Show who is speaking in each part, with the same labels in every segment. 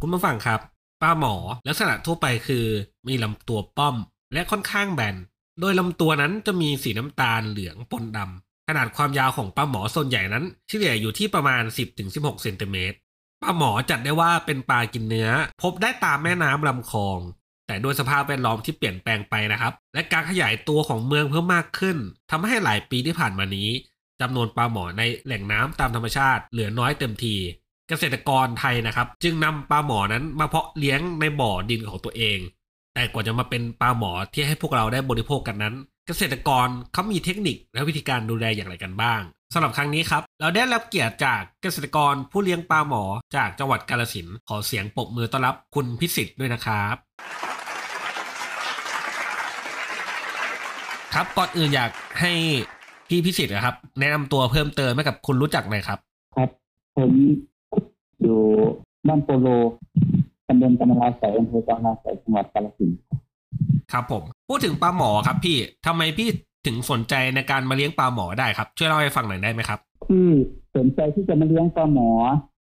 Speaker 1: คุณผู้ฟังครับปลาหมอลักษณะทั่วไปคือมีลำตัวป้อมและค่อนข้างแบน โดยลำตัวนั้นจะมีสีน้ำตาลเหลืองปนดำขนาดความยาวของปลาหมอส่วนใหญ่นั้นเฉลี่ยอยู่ที่ประมาณ 10-16เซนติเมตรปลาหมอจัดได้ว่าเป็นปลากินเนื้อ พบได้ตามแม่น้ำลำคลอง แต่ด้วยสภาพแวดล้อมที่เปลี่ยนแปลงไปนะครับ และการขยายตัวของเมืองเพิ่มมากขึ้นทำให้หลายปีที่ผ่านมานี้จำนวนปลาหมอในแหล่งน้ำตามธรรมชาติเหลือน้อยเต็มที เกษตรกรไทยนะครับ จึงนำปลาหมอนั้นมาเพาะเลี้ยงในบ่อดินของตัวเอง แต่กว่าจะมาเป็นปลาหมอที่ให้พวกเราได้บริโภคกันนั้น เกษตรกรเขามีเทคนิคและวิธีการดูแลอย่างไรกันบ้างสำหรับครั้งนี้ครับ เราได้รับเกียรติจากเกษตรกรผู้เลี้ยงปลาหมอจากจังหวัดกาฬสินธุ์ขอเสียงปรบมือต้อนรับคุณพิสิทธิ์ด้วยนะครับ ครับก่อนอื่นอยากให้พี่พิสิทธิ์นะครับ แนะนำตัวเพิ่มเติมให้กับคุณรู้จักหน่อยครับ
Speaker 2: ครับผมอยู่บ้านโปโลตำบลกำนาสายอำเภอกำนาสายจังหวัดกาฬสินธุ์
Speaker 1: ครับผม พูดถึงปลาหมอครับพี่ทำไมพี่ถึงสนใจในการมาเลี้ยงปลาหมอได้ครับ ช่วยเล่าให้ฟังหน่อยได้ไหมครับ
Speaker 2: ที่สนใจที่จะมาเลี้ยงปลาหมอ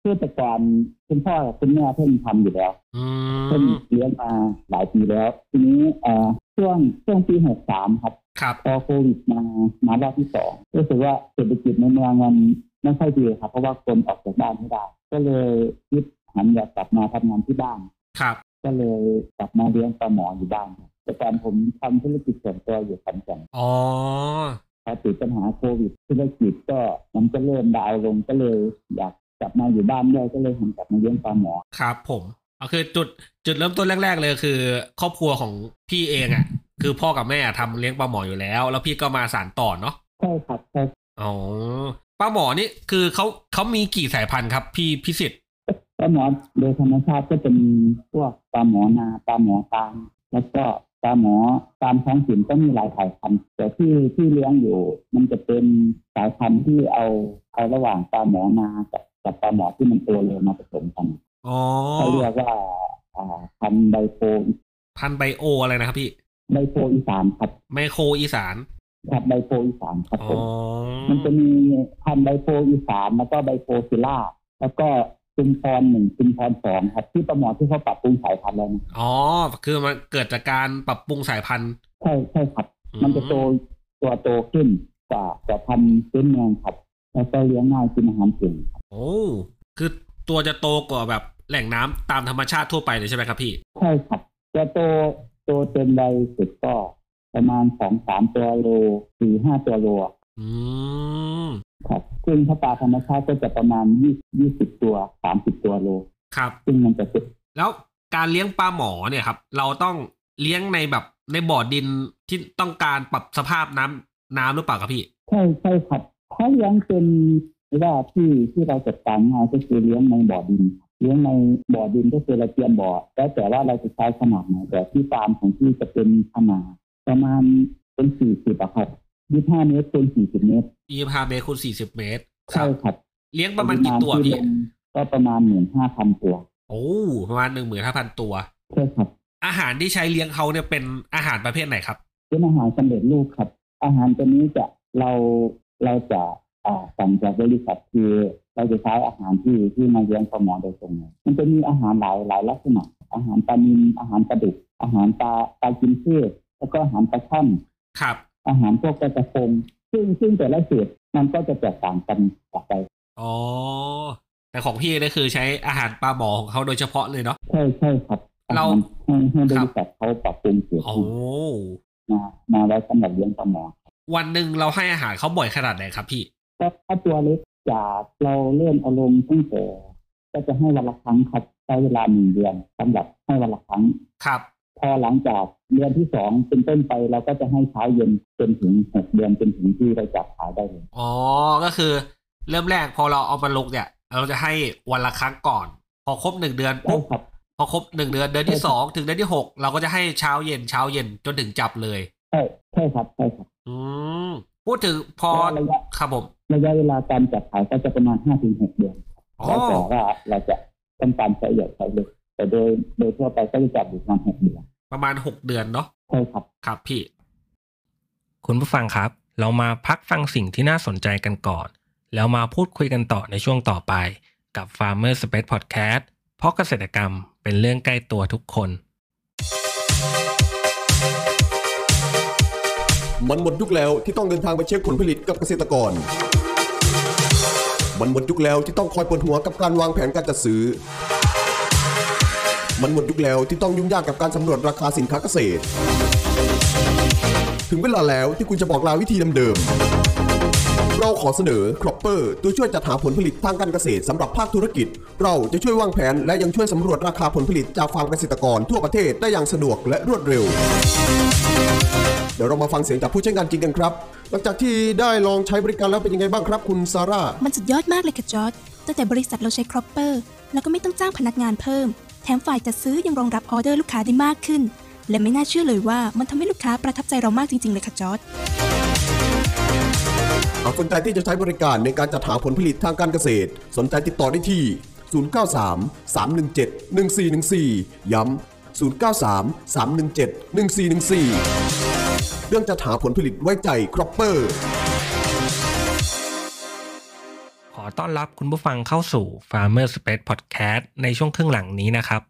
Speaker 2: เพื่อแต่ก่อนคุณพ่อกับคุณแม่เพิ่งทำอยู่แล้ว
Speaker 1: อื
Speaker 2: เพิ่ง
Speaker 1: ม
Speaker 2: เลี้ยงมาหลายปีแล้ว ทีนี้เอ่อช่วงช่วงปีหกสามครับ
Speaker 1: ครับ
Speaker 2: พอโควิดมามารอบที่สองรู้สึกว่าเศรษฐกิจในเมืองมันไม่ค่อยดีครับ เพราะว่าคนออกจากบ้านไม่ได้ ก็เลยยึดหันอยากกลับมาทำงานที่บ้าน
Speaker 1: ครับ
Speaker 2: ก็เลยกลับมาเลี้ยงปลาหมออยู่บ้านครับแต่ตอนผมทำธุรกิจส่วนตัวอยู่ขอนแก่น
Speaker 1: อ๋อ
Speaker 2: พอติดปัญหาโควิดธุรกิจก็มันก็เริ่มดาวน์ลงก็เลยอยากกลับมาอยู่บ้านด้วยก็เลยหันกลับมาเลี้ยงปลาหมอ
Speaker 1: ครับผมก็คือจุดจุดเริ่มต้นแรก ๆ เลยคือ ครอบครัวของพี่เองอะ่ะ คือพ่อกับแม่ทำเลี้ยงปลาหมออยู่แล้ว แล้วพี่ก็มาสานต่อเนาะ
Speaker 2: ใช่ครับใช่
Speaker 1: อ๋อปลาหมอนี่คือเขาเขามีกี่สายพันธุ์ครับ พี่พิสิทธิ์
Speaker 2: ปลาหมอโดยธรรมชาติก็จะมีพวกปลาหมอนาปลาหมอตามแล้วก็ปลาหมอตามท้องถิ่นก็มีหลายสายพันธุ์แต่ที่ที่เลี้ยงอยู่ มันจะเป็นสายพันธุ์ที่เอาเอาระหว่างปลาหมอนากับกับปลาหมอที่มันโตเร็วมาผสมกัน
Speaker 1: อ๋อ
Speaker 2: เขาเรียกว่าอ่าพันธุ์ไบโพ
Speaker 1: พันธุ์ไบโออะไรนะครับพี่
Speaker 2: ไบโพอีสานครับ
Speaker 1: ไมโครอีสาน
Speaker 2: ครับไบโพอีสานครับ
Speaker 1: อ๋อ
Speaker 2: ผมมันจะมีพันธุ์ไบโพอีสานแล้วก็ไบโพซิล่า แล้วก็ชุมพรหนึ่งชุมพรสองครับที่ประหมอที่เขาปรับปรุงสายพันธุ์แล้วนะ
Speaker 1: อ๋อคือมันเกิดจากการปรับปรุงสายพันธุ์
Speaker 2: ใช่ใช่ครับ มันจะโตตัวโตขึ้นกว่ากว่าพันธุ์พื้นเมืองครับ แล้วก็เลี้ยงง่ายกินอาหารเก่ง
Speaker 1: โอ้ คือตัวจะโตกว่าแบบแหล่งน้ำตามธรรมชาติทั่วไปเลยใช่ไหมครับพี่
Speaker 2: ใช่ครับจะโตโตเต็มใบสุดก็ประมาณสองสามตัวโลสี่ห้าตัวโล
Speaker 1: อืม
Speaker 2: ครับซึ่งถ้าปลาธรรมชาติก็จะประมาณยี่ยี่สิบตัวสามสิบตัวโล
Speaker 1: ครับ
Speaker 2: ซึ่งมันจะเป็น
Speaker 1: แล้วการเลี้ยงปลาหมอเนี่ยครับ เราต้องเลี้ยงในแบบในบ่อดินที่ต้องการปรับสภาพน้ำน้ำหรือเปล่าครับพี่
Speaker 2: ใช่ใช่ครับถ้าเลี้ยงเป็นหรือว่าที่ที่เราจัดการง่ายก็คือเลี้ยงในบ่อดิน เลี้ยงในบ่อดินก็คือเราเตรียมบ่อแล้วแต่ว่าเราจะใช้ขนาดไหนแต่ที่ฟาร์มของที่จะเป็นขนาดประมาณเป็นสี่สิบอะครับยี่ห้าเมตรเป็นสี่สิบเมตร
Speaker 1: ยี่าเมตรคูณสี่สิบเมตร ครั
Speaker 2: ใช่
Speaker 1: บ
Speaker 2: ครับ
Speaker 1: เลี้ยงประมาณกี่ตัว
Speaker 2: ที่
Speaker 1: พี่
Speaker 2: ลงก็ประมาณหมื่นห้าพันตัว
Speaker 1: โอ้ ประมาณหนึ่งหมื่นห้าพันตัว
Speaker 2: ใช่ครับ
Speaker 1: อาหารที่ใช้เลี้ยงเขาเนี่ยเป็นอาหารประเภทไหนครับ
Speaker 2: เป็นอาหารสำเร็จรูปครับ อาหารตัวนี้จะเราเราจะอ่าสั่งจากบริษัทคือเราจะใช้อาหารที่ที่มาเลี้ยงปลาหมอโดยตรงเลยมันจะมีอาหารหลายหลายลักษณะ อาหารปลานิลอาหารปลาดุก อาหารปลาปลากินพืชแล้วก็อาหารปลาช่อน
Speaker 1: ครับ
Speaker 2: อาหารพวกกระพงซึ่งซึ่งแต่ละสูตรมันก็จะแตกต่างกันออกไป
Speaker 1: อ๋อ แต่ของพี่นี่คือใช้อาหารปลาหมอของเขาโดยเฉพาะเลยเนาะ
Speaker 2: ใช่ใช่ครับอห
Speaker 1: เรา
Speaker 2: ให้ให้บริษัทเขาปรับปรุงสูตร
Speaker 1: โอ้
Speaker 2: มามาไว้สำหรับเลี้ยงปลาหมอ
Speaker 1: วันหนึ่งเราให้อาหารเขาบ่อยขนาดไหนครับพี่
Speaker 2: ก็ถ้าตัวเล็กจากเราเริ่มอารมณ์ตั้งแต่ก็จะให้วันละครั้งครับ ใช้เวลาหนึ่งเดือนสำหรับให้วันละครั้ง
Speaker 1: ครับ
Speaker 2: พอหลังจากเดือนที่สองเป็นต้นไปเราก็จะให้เช้าเย็นจนถึงหกเดือนจนถึงที่เราจับขายได้เลย
Speaker 1: อ๋อ ก็คือเริ่มแรกพอเราเอามาลงเนี่ย เราจะให้วันละครั้งก่อน พอครบหนึ่งเดือน
Speaker 2: ใช่
Speaker 1: ปุ๊บ
Speaker 2: ครับ
Speaker 1: พอครบหนึ่งเดือนเดือนที่สองถึงเดือนที่หกเราก็จะให้เช้าเย็นเช้าเย็นจนถึงจับเลย
Speaker 2: ใช่ใช่ครับใช่ครับ
Speaker 1: อืมพูดถึงพอ
Speaker 2: แล้วระยะ
Speaker 1: ครับผม
Speaker 2: ระยะเวลาการจับขายก็จะประมาณห้าถึงหกเดือน
Speaker 1: อ๋อ
Speaker 2: แล้วแต่ว่าเราจะต้องการใช้ใหญ่ใช้เล็กแต่โดยโดยทั่วไปก็จะจับอยู่ประมาณหกเดือน
Speaker 1: ประมาณหกเดือนเนาะ
Speaker 2: ใช่ครับ
Speaker 1: ครับพี่
Speaker 3: คุณผู้ฟังครับ เรามาพักฟังสิ่งที่น่าสนใจกันก่อน แล้วมาพูดคุยกันต่อในช่วงต่อไป กับ Farmer Space Podcast เพราะเกษตรกรรมเป็นเรื่องใกล้ตัวทุกคน
Speaker 4: มันหมดยุคแล้วที่ต้องเดินทางไปเช็คผลผลิตกับเกษตรกร มันหมดยุคแล้วที่ต้องคอยปวดหัวกับการวางแผนการจัดซื้อ มันหมดยุคแล้วที่ต้องยุ่งยากกับการสำรวจราคาสินค้าเกษตร ถึงเวลาแล้วที่คุณจะบอกลาวิธีเดิมๆ เราขอเสนอ Cropper ตัวช่วยจัดหาผลผลิตทางการเกษตรสำหรับภาคธุรกิจ เราจะช่วยวางแผนและยังช่วยสำรวจราคาผลผลิตจากฟาร์มเกษตรกรทั่วประเทศได้อย่างสะดวกและรวดเร็ว เดี๋ยวเรามาฟังเสียงจากผู้ใช้งานจริงกันครับ หลังจากที่ได้ลองใช้บริการแล้วเป็นยังไงบ้างครับคุณซาร่า
Speaker 5: มันสุดยอดมากเลยค่ะจอร์ดตั้งแต่บริษัทเราใช้ครอปเปอร์แล้วก็ไม่ต้องจ้างพนักงานเพิ่ม แถมฝ่ายจัดซื้อยังรองรับออเดอร์ลูกค้าได้มากขึ้น และไม่น่าเชื่อเลยว่ามันทำให้ลูกค้าประทับใจเรามากจริงๆเลยค่ะจอร์ด
Speaker 4: หากสนใจที่จะใช้บริการในการจัดหาผลผลิตทางการเกษตร สนใจติดต่อได้ที่ 093 317 1414 ย้ำ 093 317 1414 เรื่องจัดหาผลผลิตไว้ใจครอปเปอร์
Speaker 3: ขอต้อนรับคุณผู้ฟังเข้าสู่ Farmer Space Podcast ในช่วงครึ่งหลังนี้นะครับ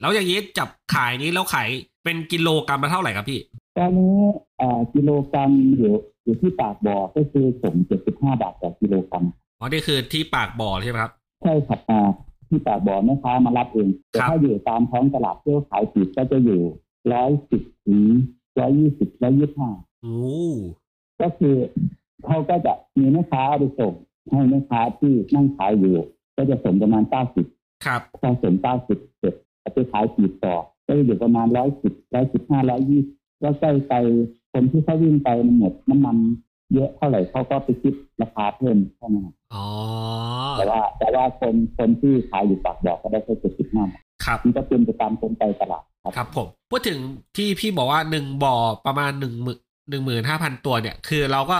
Speaker 1: แล้วอย่างนี้จับขายนี้แล้วขายเป็นกิโลกรัมละเท่าไหร่ครับพี่
Speaker 2: ตอนนี้เอ่อกิโลกรัมอยู่อยู่ที่ปากบ่อก็คือส่ง75 บาทต่อกิโลกรัม
Speaker 1: อ๋อ นี่คือที่ปากบ่อใช่ไหมครับ
Speaker 2: ใช่ครับอ่าที่ปากบ่อแม่ค้ามารับเอง แต่
Speaker 1: ครับ
Speaker 2: ถ้าอยู่ตามท้องตลาดที่เขาขายปลีกก็จะอยู่ร้อยสิบถึงร้อยยี่สิบร้อยยี่ห้า
Speaker 1: โอ้
Speaker 2: ก็คือเขาก็จะมีแม่ค้าเอาไปส่งให้แม่ค้าที่นั่งขายอยู่ ก็จะส่งประมาณเก้าสิบ
Speaker 1: ครับ
Speaker 2: พอส่งเก้าสิบเสร็จเอาไปขายปลีกต่อ ก็จะอยู่ประมาณร้อยสิบร้อยสิบห้าร้อยยี่แล้วใกล้ไปคนที่เขาวิ่งไปมันหมดน้ำมันเยอะเท่าไหร่เขาก็ไปคิดราคาเพิ่มเท่านั้น
Speaker 1: อ๋อ
Speaker 2: แต่ว่า แต่ว่าคนคนที่ขายอยู่ปากบ่อก็ได้แค่เจ็ดสิบห้า
Speaker 1: ครับ
Speaker 2: มันก็เป็นไปตามกลไกตลาดครับ
Speaker 1: ครับผมพูดถึงที่พี่บอกว่าหนึ่งบ่อประมาณหนึ่งหมื่นหนึ่งหมื่นห้าพันตัวเนี่ย คือเราก็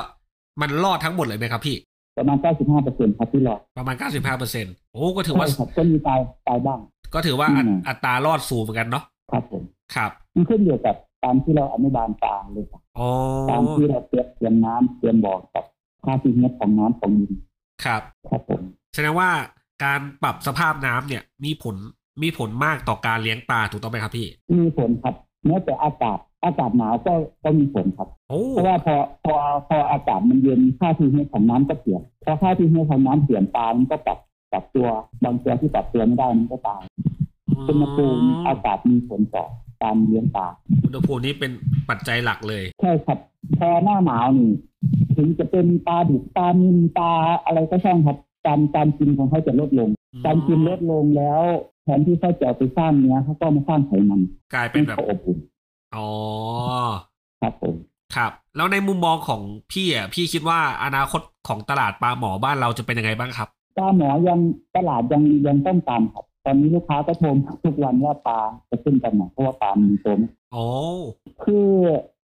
Speaker 1: มันรอดทั้งหมดเลยไหมครับพี่
Speaker 2: ประมาณ 95เปอร์เซ็นต์ครับที่รอด
Speaker 1: ประมาณเก้าสิบห้าเปอร์เซ็นต์โอ้ก็ถือว่า
Speaker 2: ใช่ครับก็มีตายตายบ้าง
Speaker 1: ก็ถือว่าอัต
Speaker 2: อืม
Speaker 1: อัตรารอดสูงเหมือนกันเนาะ
Speaker 2: ครับผม
Speaker 1: ครับ
Speaker 2: มันขึ้นอยู่กับตามที่เราอนุบาลตามเลยครับ
Speaker 1: อ๋อ
Speaker 2: ตามที่เราเตรียมเตรียมน้ำเตรียมบ่อกับค่าที่เน็ตของน้ำของดิน
Speaker 1: ครับ
Speaker 2: ครับผม
Speaker 1: แสดงว่าการปรับสภาพน้ำเนี่ย มีผลมีผลมากต่อการเลี้ยงปลาถูกต้องไหมครับพี่
Speaker 2: มีผลครับแม้แต่อากาศอากาศหนาวก็ก็มีผลครับ
Speaker 1: โอ้
Speaker 2: เพราะว่าพอพอพออากาศมันเย็นค่าที่เน็ตของน้ำก็เปลี่ยนพอค่าที่เน็ตของน้ำเปลี่ยนปลามันก็ปรับปรับตัวบางตัวที่ปรับตัวไม่ได้มันก็ตายอุณหภูมิอากาศมีผลต่อการเลี้ยงปลา
Speaker 1: อุณหภูมินี้เป็นปัจจัยหลักเลย
Speaker 2: ใช่ครับพอหน้าหนาวนี่ ถึงจะเป็นปลาดุกปลานิลปลาอะไรก็ช่างครับ การการกินของเขาจะลดลง การกินลดลงแล้วแทนที่เขาจะเอาไปสร้างเนื้อเขาก็มาสร้างไขมัน
Speaker 1: กลายเป็
Speaker 2: ให้
Speaker 1: นแบบ
Speaker 2: เขาอบอุ่น
Speaker 1: อ๋อ
Speaker 2: ครับผม
Speaker 1: ครับ แล้วในมุมมองของพี่อ่ะ พี่คิดว่าอนาคตของตลาดปลาหมอบ้านเราจะเป็นยังไงบ้างครับ
Speaker 2: ปลาหมอยังตลาดยังยังต้องตามครับ ตอนนี้ลูกค้าก็โทรมาทุกวันว่าปลาจะขึ้นกันไหนเพราะว่าปลามันโตม
Speaker 1: อ๋อ
Speaker 2: คือ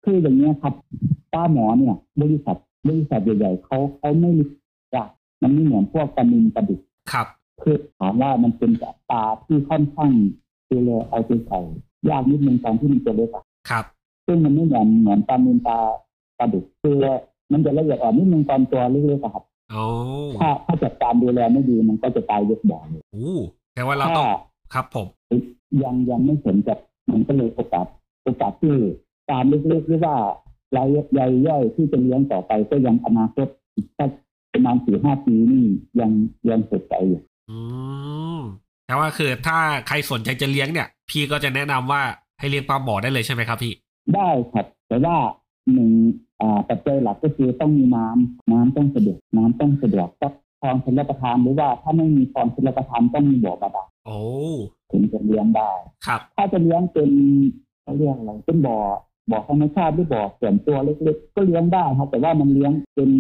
Speaker 2: คืออย่างนี้ยครับป้าหมอเนี่ย บริษัทบริษัทใหญ่ๆเขาเขาไม่รู้จักมันไม่เหมือนพวกปลานิลปลาดุก
Speaker 1: ครับ
Speaker 2: คือถามว่ามันเป็นแบบปลาที่ค่อนข้างดูแลเอาใจใส่ยากนิดนึงตอนที่มันตัวเล็กอะ
Speaker 1: ครับ
Speaker 2: ซึ่งมันไม่เหมือนเหมือนปลานิลปลาปลาดุกคือมันจะละเอียดอ่อนนิดนึงตอนตัวเล็กๆอะครับ
Speaker 1: อ๋อ
Speaker 2: ถ้าถ้าจัดการดูแลไม่ดีมันก็จะตายยกบ่อเลย
Speaker 1: โอ้แต่ว่าเรา
Speaker 2: ถ้า
Speaker 1: ต้อง ครับผม
Speaker 2: ยังยังไม่สนกับมันก็เลยโอกาสโอกาสที่ปลาเล็กๆหรือว่ารายใหญ่ย่อยที่จะเลี้ยงต่อไปก็ยังอนาคตอีกสักประมาณสี่ห้าปีนี่ยังยังสดใสอยู่
Speaker 1: อืม แต่ว่าคือถ้าใครสนใจจะเลี้ยงเนี่ย พี่ก็จะแนะนำว่าให้เลี้ยงปลาหมอได้เลยใช่ไหมครับพี่
Speaker 2: ได้ครับแต่ว่าหนึ่งอ่าปัจจัยหลักก็คือต้องมีน้ำน้ำต้องสะดวกน้ำต้องสะดวกก็คลองชลประทานหรือว่าถ้าไม่มีคลองชลประทานต้องมีบ่อบาดาล
Speaker 1: โอ้
Speaker 2: ถึงจะเลี้ยงได้
Speaker 1: ครับ
Speaker 2: ถ้าจะเลี้ยงเป็นเขาเรียกอะไรเป็นบ่อบ่อธรรมชาติหรือบ่อส่วนตัวเล็กๆ ก็เลี้ยงได้ครับ แต่ว่ามันเลี้ยงเป็น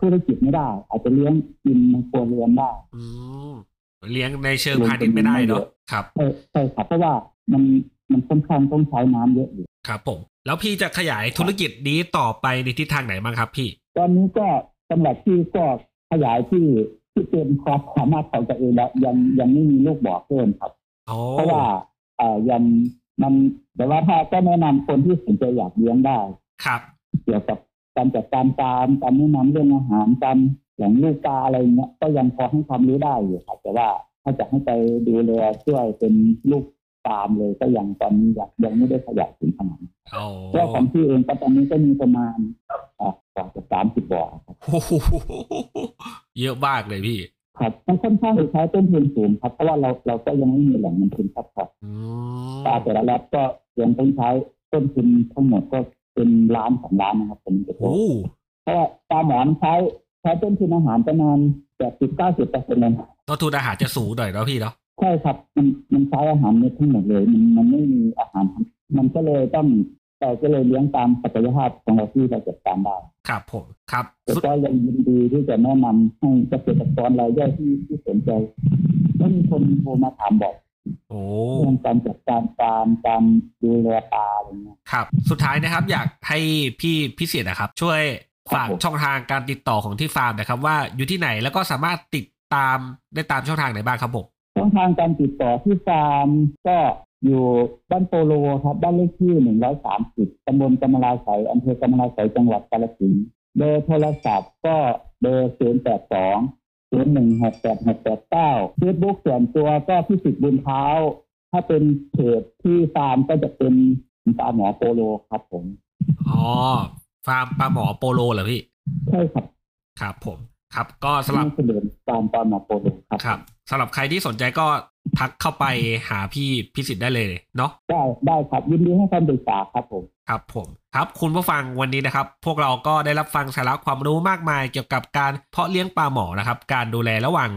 Speaker 2: ธุรกิจไม่ได้ อาจจะเลี้ยงกินในครัวเรือนได้
Speaker 1: อืมเลี้ยงในเชิงพาณิชย์ไม่ได้เนาะครับ
Speaker 2: ใช่ใช่ครับเพราะว่ามันมันค่อนข้างต้องใช้น้ำเยอะอยู่
Speaker 1: ครับผม แล้วพี่จะขยายธุรกิจนี้ต่อไปในทิศทางไหนบ้างครับพี่
Speaker 2: ตอนนี้ก็สำหรับที่ก็ขยายที่ที่เป็นความสามารถของตัวเองแล้วยังยังไม่มีลูกบ่อเพิ่มครับ
Speaker 1: โอ้
Speaker 2: เพราะว่าเอ่อยังมันแต่ว่าถ้าก็แนะนำคนที่สนใจอยากเลี้ยงได้
Speaker 1: ครับ
Speaker 2: เกี่ยวกับการจัดการฟาร์มการแนะนำเรื่องอาหารการแหล่งลูกปลาอะไรเงี้ยก็ยังพอให้ความรู้ได้อยู่ครับ แต่ว่าถ้าจะให้ไปดูแลช่วยเป็นลูกฟาร์มเลยก็ยังตอนนี้ยังยังไม่ได้ขยายถึงขนาดนั้น
Speaker 1: โอ้
Speaker 2: เรื่องของพี่เองก็ตอนนี้ก็มีประมาณเอ่อกว่าจะสามสิบบ่อครับ
Speaker 1: โอ้โหเยอะมากเลยพี่
Speaker 2: ครับมันค่อนข้างจะใช้ต้นทุนสูงครับ เพราะว่าเราเราก็ยังไม่มีแหล่งเงินทุนครับครับ
Speaker 1: อืม
Speaker 2: ปลาแต่ละแรกก็ยังต้องใช้ต้นทุนทั้งหมดก็เป็นล้านสองล้านนะครับผมจะ
Speaker 1: โอ้
Speaker 2: เพราะว่าปลาหมอนใช้ใช้ต้นทุนอาหารประมาณแปดสิบเก้าสิบเปอร์เซ็นต์เลยนะ
Speaker 1: ต้นทุนอาหารจะสูงหน่อยเนาะพี่เนาะ
Speaker 2: ใช่ครับมันมันใช้อาหารเม็ดทั้งหมดเลย มันมันไม่มีอาหาร มันก็เลยต้องเราก็เลยเลี้ยงตามศักยภาพของเราที่เราจัดการได้
Speaker 1: ครับผม ครับ
Speaker 2: แต่
Speaker 1: สุด
Speaker 2: ก็ยังยินดีที่จะแนะนำให้เกษตรกรรายย่อยที่ที่สนใจก็มีคนโทรมาถามบอก
Speaker 1: โอ้
Speaker 2: เรื่องการจัดการฟาร์มการดูแลปลาอะไรเงี้ย
Speaker 1: ครับ สุดท้ายนะครับ อยากให้พี่พิเศษนะครับ ช่วยฝาก
Speaker 2: ครับผม
Speaker 1: ช่องทางการติดต่อของที่ฟาร์มนะครับ ว่าอยู่ที่ไหนแล้วก็สามารถติดตามได้ตามช่องทางไหนบ้างครับผม
Speaker 2: ช่องทางการติดต่อที่ฟาร์มก็อยู่บ้านโปโลครับ บ้านเลขที่หนึ่งร้อยสามสิบตำบลกำมะลาไสยอำเภอกำมะลาไสยจังหวัดกาฬสินธุ์เบอร์โทรศัพท์ก็เบอร์ศูนย์แปดสองศูนย์หนึ่งหกแปดหกแปดเก้าเฟซบุ๊กส่วนตัวก็พิสิทธิ์บุญเท้า ถ้าเป็นเพจที่ฟาร์มก็จะเป็นฟาร์มหมอโปโลครับผม
Speaker 1: อ๋อ ฟาร์มปลาหมอโปโลเหรอพี่
Speaker 2: ใช่ครับ
Speaker 1: ครับผม ครับ ก็สำหรับ
Speaker 2: เฉลิมฟาร์มฟาร์มหมอโปโลครับ
Speaker 1: ครับสำหรับใครที่สนใจก็ทักเข้าไปหาพี่พิสิทธิ์ได้เลยเนาะ
Speaker 2: ได้ได้ครับยินดีให้คำปรึกษาครับผม
Speaker 1: ครับ ผมครับ คุณผู้ฟังวันนี้นะครับ พวกเราก็ได้รับฟังสาระความรู้มากมายเกี่ยวกับการเพาะเลี้ยงปลาหมอนะครับ การดูแลระหว่าง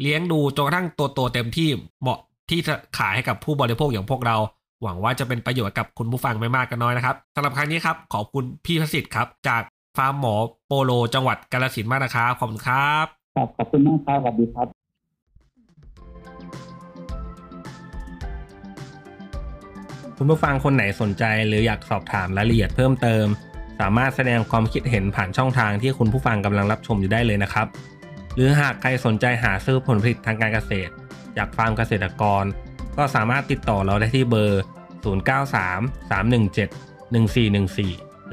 Speaker 1: เลี้ยงดูจนกระทั่งตัวโตเต็มที่เหมาะที่จะขายให้กับผู้บริโภคอย่างพวกเรา หวังว่าจะเป็นประโยชน์กับคุณผู้ฟังไม่มากก็น้อยนะครับสำหรับครั้งนี้ครับขอบคุณพี่พิสิทธิ์ครับ จากฟาร์มหมอโปโล จังหวัดกาฬสินธุ์มากนะครับขอบคุณครับ
Speaker 2: ครับขอบคุณมากครับสวัสดีครับ
Speaker 3: คุณผู้ฟังคนไหนสนใจหรืออยากสอบถามรายละเอียดเพิ่มเติม สามารถแสดงความคิดเห็นผ่านช่องทางที่คุณผู้ฟังกำลังรับชมอยู่ได้เลยนะครับ หรือหากใครสนใจหาซื้อผลผลิตทางการเกษตร จากฟาร์มเกษตรกร ก็สามารถติดต่อเราได้ที่เบอร์ 0933171414